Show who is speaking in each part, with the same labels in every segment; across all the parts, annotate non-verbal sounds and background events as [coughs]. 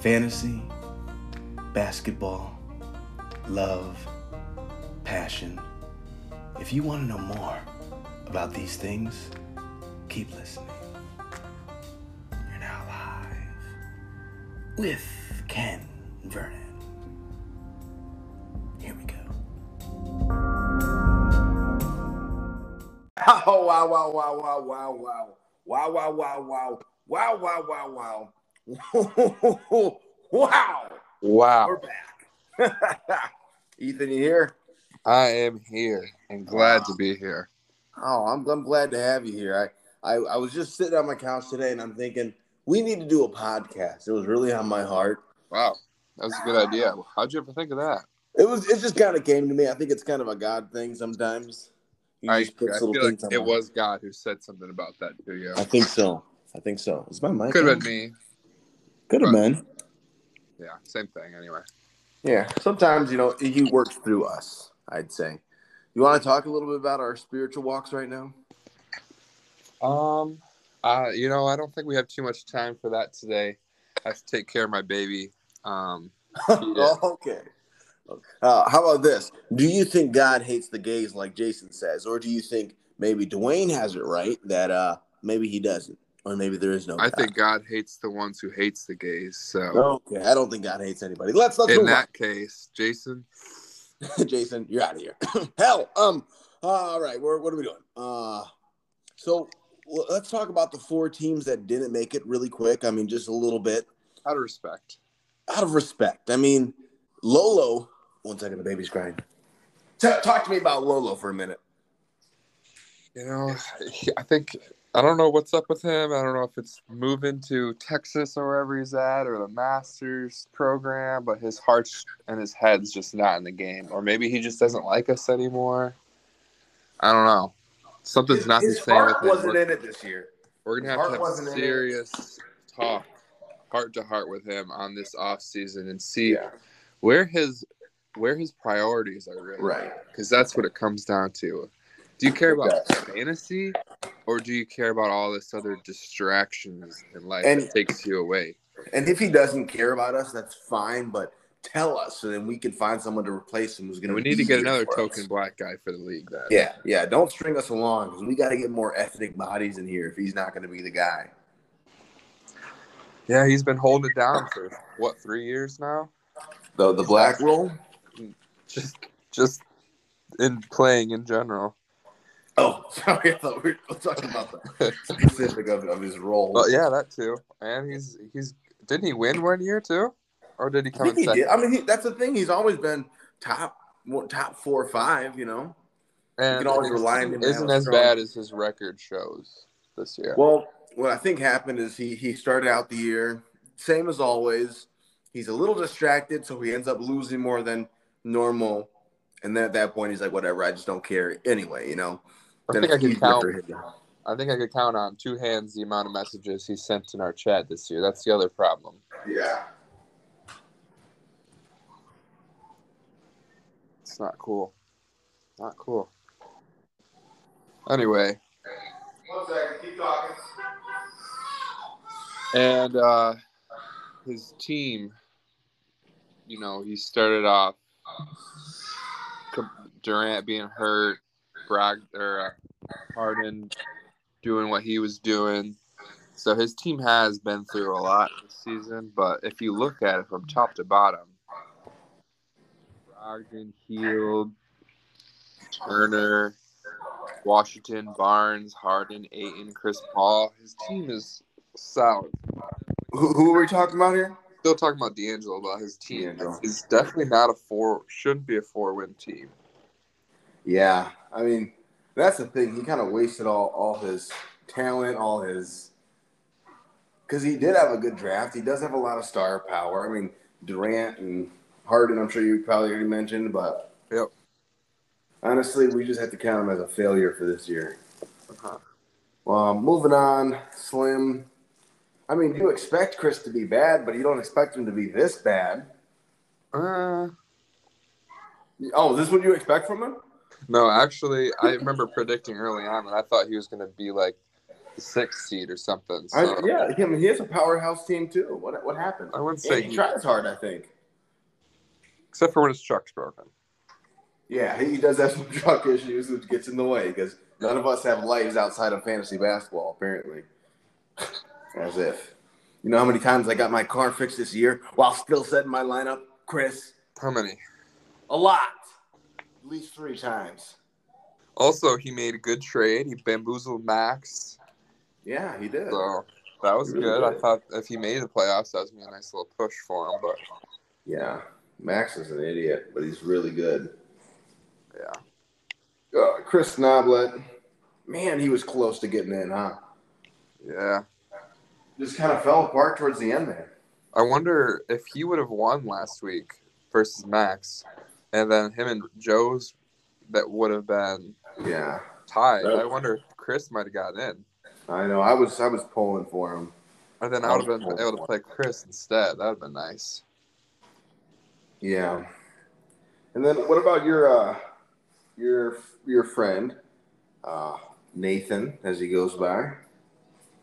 Speaker 1: fantasy, basketball, love, passion. If you want to know more about these things, keep listening. You're now live with Ken Vernon. Here we go.
Speaker 2: Oh, [laughs] wow, wow, wow, wow, wow, wow. Wow, wow, wow, wow. Wow, wow, wow, wow. wow. [laughs]
Speaker 3: Wow,
Speaker 2: We're back. Ethan, you here?
Speaker 3: I am here and glad to be here.
Speaker 2: Oh, I'm, I'm glad to have you here. I, I, I was just sitting on my couch today and I'm thinking, we need to do a podcast. It was really on my heart.
Speaker 3: Wow, that was a good idea. How'd you ever think of that?
Speaker 2: It was it just kind of came to me. I think it's kind of a God thing sometimes. You
Speaker 3: I, I
Speaker 2: just puts
Speaker 3: feel
Speaker 2: little
Speaker 3: like
Speaker 2: things on
Speaker 3: it
Speaker 2: my-
Speaker 3: was God who said something about that to you.
Speaker 2: I think so. I think so. Is my mic?
Speaker 3: Could
Speaker 2: on?
Speaker 3: have been me.
Speaker 2: Could have been.
Speaker 3: Yeah, same thing. Anyway,
Speaker 2: Yeah, sometimes you know he works through us. I'd say. You want to talk a little bit about our spiritual walks right now?
Speaker 3: um, uh, you know, I don't think we have too much time for that today. I have to take care of my baby. Um, [laughs] Yeah.
Speaker 2: Oh, [laughs] okay. Uh, how about this? Do you think God hates the gays like Jason says, or do you think maybe Dwayne has it right that uh maybe he doesn't, or maybe there is no?
Speaker 3: I
Speaker 2: God?
Speaker 3: think uh, God hates the ones who hates the gays. So
Speaker 2: Okay, I don't think God hates anybody. Let's let's
Speaker 3: in
Speaker 2: move
Speaker 3: that case, Jason,
Speaker 2: on. [laughs] Jason, you're out of here. [coughs] Hell, um, all right, we're, what are we doing? Uh, so well, let's talk about the four teams that didn't make it really quick. I mean, just a little bit.
Speaker 3: out of respect.
Speaker 2: out of respect. I mean, Lolo. One second, the baby's crying. T- talk to me about Lolo for a minute.
Speaker 3: You know, [sighs] he- I think I don't know what's up with him. I don't know if it's moving to Texas or wherever he's at, or the Masters program, but his heart's and his head's just not in the game, or maybe he just doesn't like us anymore. I don't know. Something's not the same. With him. We're,
Speaker 2: in it this year.
Speaker 3: we're gonna
Speaker 2: his
Speaker 3: have
Speaker 2: heart
Speaker 3: to have
Speaker 2: wasn't in it.
Speaker 3: serious talk, heart to heart, with him on this off season and see where his where his priorities are really
Speaker 2: Right.
Speaker 3: because that's what it comes down to. Do you care about
Speaker 2: Yes.
Speaker 3: fantasy, or do you care about all this other distractions in life
Speaker 2: And-
Speaker 3: that takes you away?
Speaker 2: And if he doesn't care about us, that's fine. But tell us, so then we can find someone to replace him who's going
Speaker 3: We need to get another token
Speaker 2: Us.
Speaker 3: black guy for the league. Then
Speaker 2: Yeah, yeah. Don't string us along because we got to get more ethnic bodies in here if he's not going to be the guy.
Speaker 3: yeah, he's been holding it down for what three years now,
Speaker 2: The the black role.
Speaker 3: just just in playing in general.
Speaker 2: Oh, [laughs] sorry. I thought we were talking about
Speaker 3: [laughs]
Speaker 2: the specific of, of his role.
Speaker 3: But yeah, that too. And he's he's didn't he win one year too, or did he
Speaker 2: I
Speaker 3: come
Speaker 2: think
Speaker 3: in
Speaker 2: he
Speaker 3: second?
Speaker 2: did. I mean, he, that's the thing. He's always been top, well, top four or five. You know.
Speaker 3: And
Speaker 2: can always
Speaker 3: it
Speaker 2: rely on him to
Speaker 3: Isn't
Speaker 2: have a
Speaker 3: as
Speaker 2: strong-
Speaker 3: bad as his record shows this year.
Speaker 2: Well, what I think happened is he he started out the year same as always. He's a little distracted, so he ends up losing more than normal. And then at that point, he's like, "Whatever, I just don't care anyway." You know.
Speaker 3: I
Speaker 2: Then
Speaker 3: think I
Speaker 2: it's
Speaker 3: can
Speaker 2: easier
Speaker 3: count-
Speaker 2: for him to-
Speaker 3: I think I could count on two hands the amount of messages he sent in our chat this year. That's the other problem.
Speaker 2: Yeah.
Speaker 3: It's not cool. Not cool. Anyway,
Speaker 2: One second. Keep talking.
Speaker 3: and uh, his team, you know, he started off com- Durant being hurt, Brag or uh, Harden doing what he was doing. So his team has been through a lot this season, but if you look at it from top to bottom, Brogdon, Heald, Turner, Washington, Barnes, Harden, Aiton, Chris Paul. His team is solid.
Speaker 2: Who, who are we talking about here?
Speaker 3: Still talking about D'Angelo, but his team
Speaker 2: D'Angelo.
Speaker 3: is definitely not a four. Shouldn't be a four-win team.
Speaker 2: Yeah, I mean, that's the thing. He kind of wasted all all his talent, all his because he did have a good draft. He does have a lot of star power. I mean, Durant and Harden. I'm sure you probably already mentioned, but
Speaker 3: Yep.
Speaker 2: Honestly, we just have to count him as a failure for this year.
Speaker 3: Uh-huh.
Speaker 2: Well, moving on, Slim. I mean, you expect Chris to be bad, but you don't expect him to be this bad.
Speaker 3: Uh,
Speaker 2: Oh, is this what you expect from him?
Speaker 3: no, actually, I remember predicting early on that I thought he was going to be like the sixth seed or something. So
Speaker 4: I, yeah, I mean, he has a powerhouse team too. What what happened?
Speaker 3: I wouldn't
Speaker 4: And
Speaker 3: say
Speaker 4: he tries hard, I think.
Speaker 3: except for when his truck's broken.
Speaker 4: Yeah, he does have some [laughs] truck issues, which gets in the way because none of us have lives outside of fantasy basketball, apparently. [laughs] As if. You know how many times I got my car fixed this year while still setting my lineup, Chris?
Speaker 3: How many?
Speaker 4: A lot. At least three times.
Speaker 3: Also, he made a good trade. He bamboozled Max,
Speaker 4: Yeah, he did.
Speaker 3: so that was
Speaker 4: Really
Speaker 3: good. I
Speaker 4: good.
Speaker 3: thought if he made the playoffs, that was gonna be a nice little push for him. But
Speaker 4: Yeah. Max is an idiot, but he's really good.
Speaker 3: Yeah.
Speaker 4: Uh, Chris Knoblet. Man, he was close to getting in, huh?
Speaker 3: yeah,
Speaker 4: Just kind of fell apart towards the end there.
Speaker 3: I wonder if he would have won last week versus Max, and then him and Joe's that would have been
Speaker 4: Yeah.
Speaker 3: tied.
Speaker 4: Oh.
Speaker 3: I wonder if Chris might have gotten in,
Speaker 4: I know. I was I was pulling for him.
Speaker 3: and then I would have been able to play Chris instead. That would have been nice.
Speaker 4: Yeah. And then what about your uh your your friend uh Nathan as he goes by?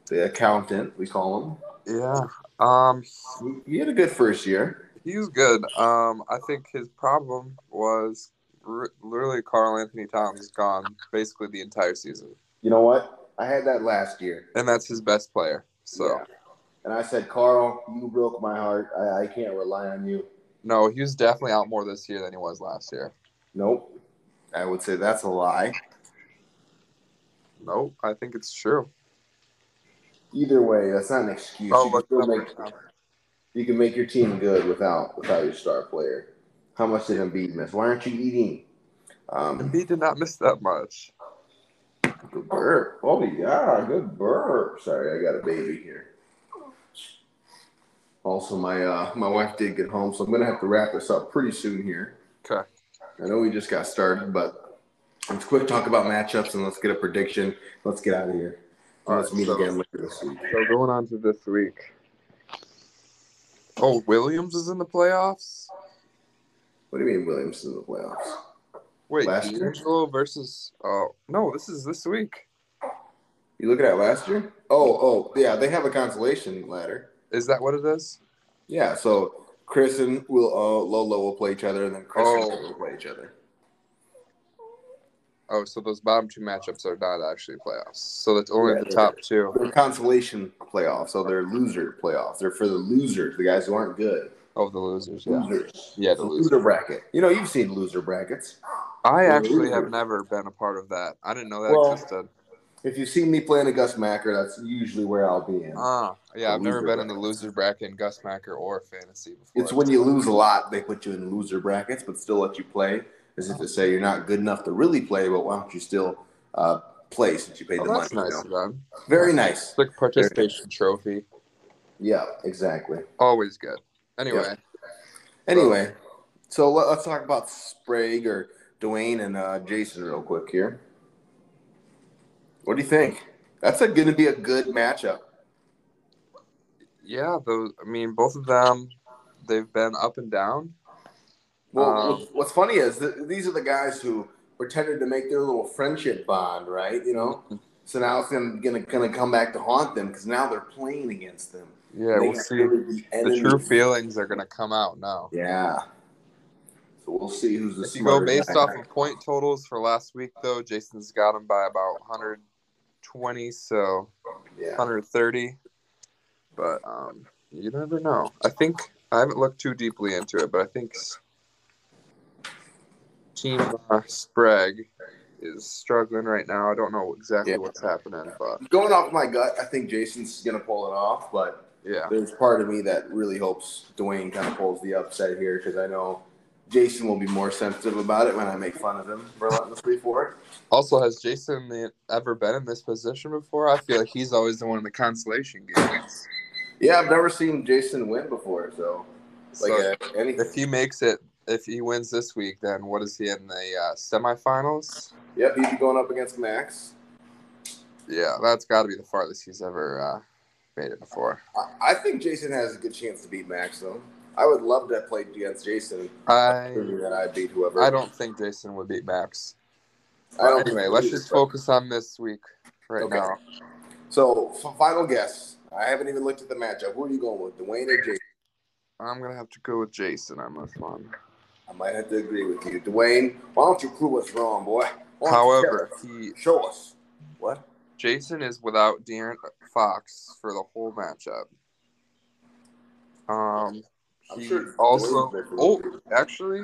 Speaker 4: The accountant, we call
Speaker 3: Yeah. Um.
Speaker 4: him. He had a good first year.
Speaker 3: He was good. Um, I think his problem was r- literally Carl Anthony Towns is gone basically the entire season,
Speaker 4: You know what? I had that last year.
Speaker 3: and that's his best player. So
Speaker 4: Yeah. And I said, Carl, you broke my heart. I, I can't rely on you.
Speaker 3: no, he was definitely out more this year than he was last year.
Speaker 4: Nope. I would say that's a lie.
Speaker 3: Nope, I think it's true.
Speaker 4: Either way, that's not an excuse.
Speaker 3: Oh,
Speaker 4: you,
Speaker 3: but
Speaker 4: can still make, you can make your team good without without your star player. How much did Embiid miss? Why aren't you eating? Um,
Speaker 3: Embiid did not miss that much.
Speaker 4: Good burp. Oh yeah, good burp. Sorry, I got a baby here. Also, my uh, my wife did get home, so I'm gonna have to wrap this up pretty soon here.
Speaker 3: Okay.
Speaker 4: I know we just got started, but let's quick talk about matchups and let's get a prediction. Let's get out of here.
Speaker 3: All
Speaker 4: let's
Speaker 3: right,
Speaker 4: meet
Speaker 3: so-
Speaker 4: again later this week.
Speaker 3: So going on to this week. Oh, Williams is in the playoffs.
Speaker 4: What do you mean Williams in the playoffs?
Speaker 3: Wait,
Speaker 4: Last year?
Speaker 3: D'Angelo versus. Oh no, this is this week.
Speaker 4: You looking at last year? Oh, oh, yeah, they have a consolation ladder.
Speaker 3: Is that what it is?
Speaker 4: Yeah, so Chris and will uh, Lolo will play each other, and then Chris and
Speaker 3: Oh.
Speaker 4: Lolo will play each other.
Speaker 3: Oh, so those bottom two matchups are not actually playoffs. So that's only
Speaker 4: Yeah,
Speaker 3: the
Speaker 4: they're-
Speaker 3: top two.
Speaker 4: They're consolation playoffs, so they're loser playoffs. They're for the losers, the guys who aren't good.
Speaker 3: Oh, the losers. Yeah,
Speaker 4: Losers.
Speaker 3: yeah, the
Speaker 4: Loser
Speaker 3: losers.
Speaker 4: bracket. You know, you've seen loser brackets.
Speaker 3: I
Speaker 4: The
Speaker 3: actually have
Speaker 4: losers.
Speaker 3: never been a part of that. I didn't know that
Speaker 4: Well-
Speaker 3: existed.
Speaker 4: If you've seen me playing a Gus Macker, that's usually where I'll be in.
Speaker 3: Ah, yeah,
Speaker 4: The
Speaker 3: I've never
Speaker 4: loser
Speaker 3: been in the
Speaker 4: bracket.
Speaker 3: loser bracket in Gus Macker or fantasy before.
Speaker 4: It's when you lose a lot, they put you in loser brackets, but still let you play, as if to say you're not good enough to really play, but why don't you still uh, play since you paid the
Speaker 3: Oh,
Speaker 4: money?
Speaker 3: that's
Speaker 4: you
Speaker 3: nice
Speaker 4: know?
Speaker 3: of them.
Speaker 4: Very nice.
Speaker 3: It's like a participation trophy.
Speaker 4: Yeah, exactly.
Speaker 3: Always good. Anyway,
Speaker 4: Anyway, so let, let's talk about Sprague or Dwayne and uh, Jason real quick here. What do you think? That's going to be a good matchup.
Speaker 3: yeah, those. I mean, both of them, they've been up and down.
Speaker 4: Well,
Speaker 3: Um,
Speaker 4: what's- what's funny is that these are the guys who pretended to make their little friendship bond, right? You know,
Speaker 3: Mm-hmm.
Speaker 4: so now it's gonna gonna, gonna come back to haunt them because now they're playing against them.
Speaker 3: Yeah,
Speaker 4: They
Speaker 3: we'll
Speaker 4: are
Speaker 3: see.
Speaker 4: really The,
Speaker 3: The
Speaker 4: enemy.
Speaker 3: true feelings are gonna come out now.
Speaker 4: Yeah. So we'll see who's the.
Speaker 3: If you go
Speaker 4: smarter
Speaker 3: based
Speaker 4: guy.
Speaker 3: off of point totals for last week, though, Jason's got him by about 120, so
Speaker 4: yeah.
Speaker 3: 130. But um, you never know. I think I haven't looked too deeply into it, but I think s- Team uh, Sprague is struggling right now. I don't know exactly
Speaker 4: Yeah.
Speaker 3: what's happening, but
Speaker 4: Going off my gut, I think Jason's gonna pull it off, but
Speaker 3: yeah,
Speaker 4: there's part of me that really hopes Dwayne kind of pulls the upset here because I know Jason will be more sensitive about it when I make fun of him relentlessly for it.
Speaker 3: Also, has Jason the- ever been in this position before? I feel like he's always the one in the consolation games.
Speaker 4: Yeah, I've never seen Jason win before, so like
Speaker 3: So
Speaker 4: uh, anything.
Speaker 3: if he makes it, if he wins this week, then what is he in the uh, semifinals?
Speaker 4: Yep, he'd be going up against Max.
Speaker 3: Yeah, that's got to be the farthest he's ever uh, made it before.
Speaker 4: I, I think Jason has a good chance to beat Max though. I would love to play against Jason,
Speaker 3: I
Speaker 4: proving that I beat whoever.
Speaker 3: I don't think Jason would beat Max.
Speaker 4: I don't
Speaker 3: anyway,
Speaker 4: think
Speaker 3: let's
Speaker 4: he is,
Speaker 3: just
Speaker 4: but-
Speaker 3: focus on this week right
Speaker 4: Okay.
Speaker 3: now.
Speaker 4: So f- final guess. I haven't even looked at the matchup. Who are you going with, Dwayne or Jason?
Speaker 3: I'm gonna have to go with Jason on this one.
Speaker 4: I might have to agree with you, Dwayne. Why don't you prove us wrong, boy? Why don't you
Speaker 3: However, he
Speaker 4: tell us? show us what?
Speaker 3: Jason is without De'Aaron Fox for the whole matchup. Um,
Speaker 4: I'm
Speaker 3: he
Speaker 4: sure
Speaker 3: also.
Speaker 4: Dwayne's there for
Speaker 3: Oh,
Speaker 4: you.
Speaker 3: actually,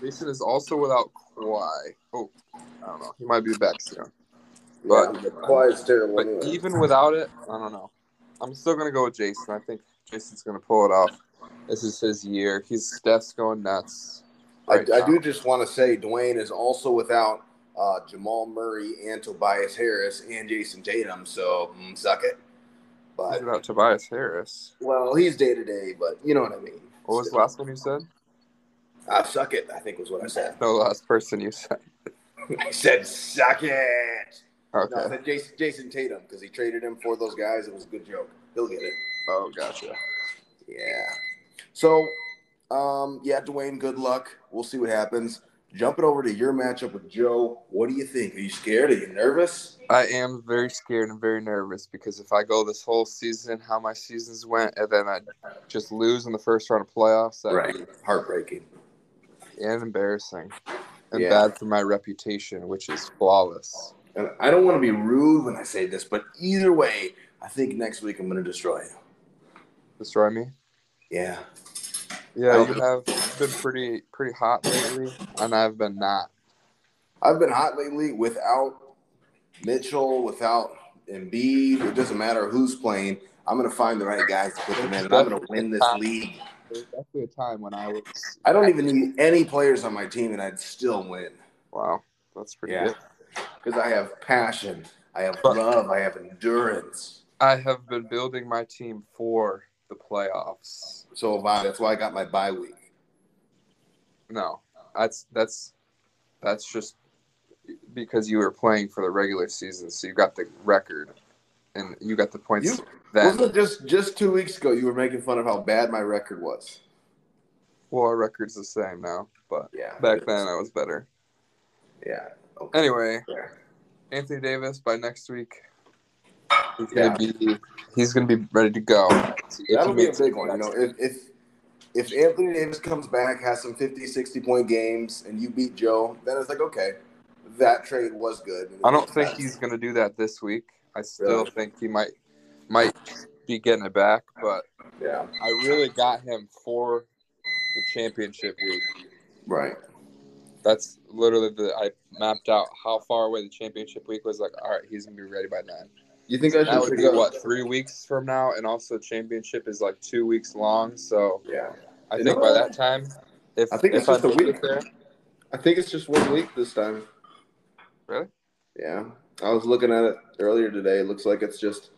Speaker 3: Jason is also without Kawhi. Oh, I don't know. He might be back soon. but-
Speaker 4: yeah, Kawhi is terrible.
Speaker 3: But
Speaker 4: anyway.
Speaker 3: even without it, I don't know. I'm still gonna go with Jason. I think Jason's gonna pull it off. This is his year. He's Steph's going nuts.
Speaker 4: I,
Speaker 3: right
Speaker 4: I
Speaker 3: now.
Speaker 4: do just want to say Dwayne is also without uh, Jamal Murray and Tobias Harris and Jason Tatum, so mm, suck it.
Speaker 3: He's
Speaker 4: But
Speaker 3: without Tobias Harris.
Speaker 4: well, he's day to day, but you know what I mean.
Speaker 3: What was the last one you said?
Speaker 4: Uh, suck it, I think was what I said.
Speaker 3: No, last person you said. [laughs]
Speaker 4: I said suck it. No, I
Speaker 3: Okay.
Speaker 4: said Jason, Jason Tatum because he traded him for those guys. It was a good joke. He'll get it.
Speaker 3: Oh, gotcha.
Speaker 4: Yeah. So, um, yeah, Dwayne, good luck. We'll see what happens. Jumping over to your matchup with Joe. What do you think? Are you scared? Are you nervous?
Speaker 3: I am very scared and very nervous because if I go this whole season, how my seasons went, and then I just lose in the first round of playoffs, that would
Speaker 4: Heartbreaking.
Speaker 3: be and embarrassing and
Speaker 4: Yeah.
Speaker 3: bad for my reputation, which is flawless.
Speaker 4: And I don't want to be rude when I say this, but either way, I think next week I'm going to destroy you.
Speaker 3: Destroy me.
Speaker 4: Yeah.
Speaker 3: Yeah,
Speaker 4: Okay.
Speaker 3: you have been pretty pretty hot lately, and I've been not.
Speaker 4: I've been hot lately without Mitchell, without Embiid. It doesn't matter who's playing. I'm going to find the right guys to put them in, and I'm going to win this league.
Speaker 3: There was actually a time when I was
Speaker 4: I don't even need any players on my team, and I'd still win
Speaker 3: wow, that's pretty
Speaker 4: Yeah.
Speaker 3: good.
Speaker 4: because I have passion, I have
Speaker 3: But-
Speaker 4: love, I have endurance.
Speaker 3: I have been building my team for the playoffs.
Speaker 4: So have I. That's why I got my bye week.
Speaker 3: No, that's that's that's just because you were playing for the regular season, so you got the record and you got the points.
Speaker 4: You-
Speaker 3: then
Speaker 4: Wasn't it just just two weeks ago you were making fun of how bad my record was?
Speaker 3: well, our record's the same now, but
Speaker 4: Yeah.
Speaker 3: back then I was better.
Speaker 4: Yeah.
Speaker 3: Anyway,
Speaker 4: Yeah.
Speaker 3: Anthony Davis by next week. He's
Speaker 4: Yeah.
Speaker 3: gonna be he's gonna be ready to go. If he
Speaker 4: That'll be a
Speaker 3: makes
Speaker 4: big
Speaker 3: it
Speaker 4: one. You know,
Speaker 3: next-
Speaker 4: if if if Anthony Davis comes back, has some 50, 60 point games, and you beat Joe, then it's like, okay, that trade was good.
Speaker 3: I don't think he's gonna do that this week. I still
Speaker 4: Really?
Speaker 3: think he might might be getting it back, but
Speaker 4: Yeah.
Speaker 3: I really got him for the championship week.
Speaker 4: Right.
Speaker 3: That's literally the I mapped out how far away the championship week was. Like, all right, he's gonna be ready by then.
Speaker 4: You think I
Speaker 3: That would be what three weeks from now, and also championship is like two weeks long. So
Speaker 4: Yeah.
Speaker 3: I
Speaker 4: You
Speaker 3: think
Speaker 4: know
Speaker 3: by
Speaker 4: what?
Speaker 3: that time, if
Speaker 4: I think
Speaker 3: if
Speaker 4: it's just a
Speaker 3: make it
Speaker 4: week.
Speaker 3: there,
Speaker 4: I think it's just one week this time.
Speaker 3: really,
Speaker 4: Yeah. I was looking at it earlier today. It looks like it's just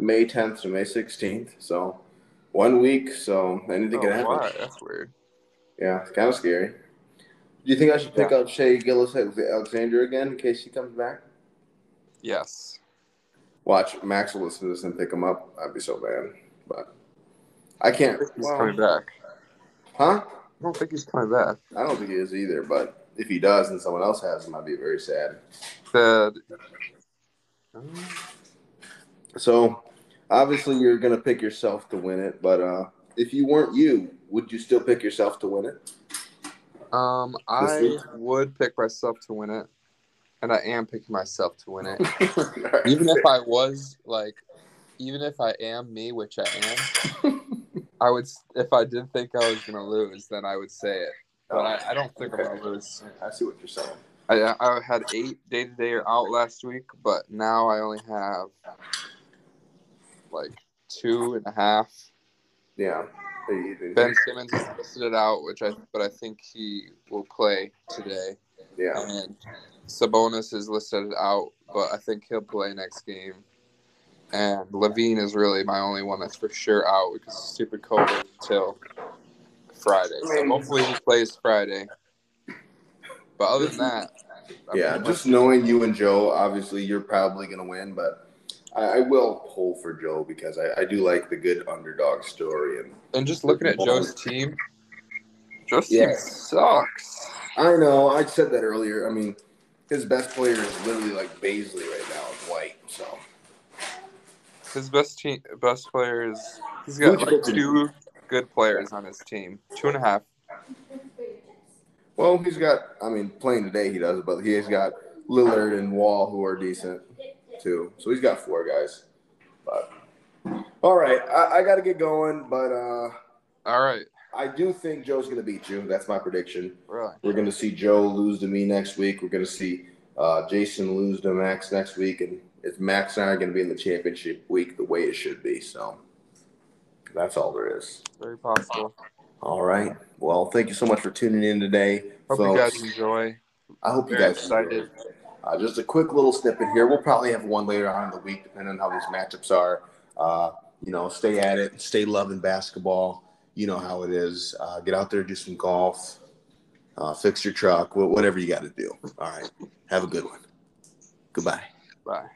Speaker 4: May 10th to May 16th. So one week. So anything can
Speaker 3: oh,
Speaker 4: happen.
Speaker 3: wow, that's weird.
Speaker 4: Yeah. It's kind of scary. Do you think I should pick up Shea Gillis Alexander again in case he comes back?
Speaker 3: Yes,
Speaker 4: Watch Max will listen to this and pick him up. I'd be so bad, but I can't.
Speaker 3: he's
Speaker 4: well,
Speaker 3: coming back.
Speaker 4: huh?
Speaker 3: I don't think he's coming back.
Speaker 4: I don't think he is either. But if he does, and someone else has him, I'd be very sad.
Speaker 3: The
Speaker 4: So obviously, you're gonna pick yourself to win it. But uh, if you weren't you, would you still pick yourself to win it? [laughs]
Speaker 3: um, I
Speaker 4: week?
Speaker 3: would pick myself to win it, and I am picking myself to win
Speaker 4: [laughs]
Speaker 3: it.
Speaker 4: All right.
Speaker 3: even if I was like, even if I am me, which I am,
Speaker 4: [laughs]
Speaker 3: I would. s- If I did think I was gonna lose, then I would say it. But I, I don't think I'm gonna lose.
Speaker 4: I see what you're saying.
Speaker 3: I, I had eight day to day or out last week, but now I only have like two and a half.
Speaker 4: Yeah. Hey,
Speaker 3: Ben Simmons is listed out, which I but I think he will play today.
Speaker 4: Yeah.
Speaker 3: And Sabonis is listed out, but I think he'll play next game. And Levine is really my only one that's for sure out because it's stupid COVID until Friday. So hopefully he plays Friday. But other than that, I'm
Speaker 4: Yeah.
Speaker 3: pretty
Speaker 4: Just
Speaker 3: much-
Speaker 4: knowing you and Joe, obviously, you're probably gonna win, but. I I will pull for Joe because I, I do like the good underdog story, and
Speaker 3: and just looking at Joe's team, Joe's
Speaker 4: Yeah.
Speaker 3: team sucks.
Speaker 4: I know. I said that earlier. I mean, his best player is literally like Baisley right now, is White. So
Speaker 3: His best team, best player is he's got like two good players on his team, two and a half.
Speaker 4: Well, he's got. I mean, playing today he does, but he's got Lillard and Wall who are decent too. So he's got four guys. But all right, I, I got to get going. But uh,
Speaker 3: All right,
Speaker 4: I do think Joe's going to beat you. That's my prediction.
Speaker 3: really.
Speaker 4: We're going to see Joe lose to me next week. We're going to see uh, Jason lose to Max next week, and it's Max and I going to be in the championship week the way it should be. So that's all there is.
Speaker 3: Very possible.
Speaker 4: All right. Well, thank you so much for tuning in today,
Speaker 3: Hope you
Speaker 4: folks.
Speaker 3: guys enjoy.
Speaker 4: I hope you
Speaker 3: very
Speaker 4: guys enjoyed
Speaker 3: excited.
Speaker 4: it. Uh, just a quick little snippet here. We'll probably have one later on in the week, depending on how these matchups are. Uh, you know, stay at it, stay loving basketball. You know how it is. Uh, get out there, do some golf, uh, fix your truck, wh- whatever you got to do. All right. Have a good one. Goodbye.
Speaker 3: Bye.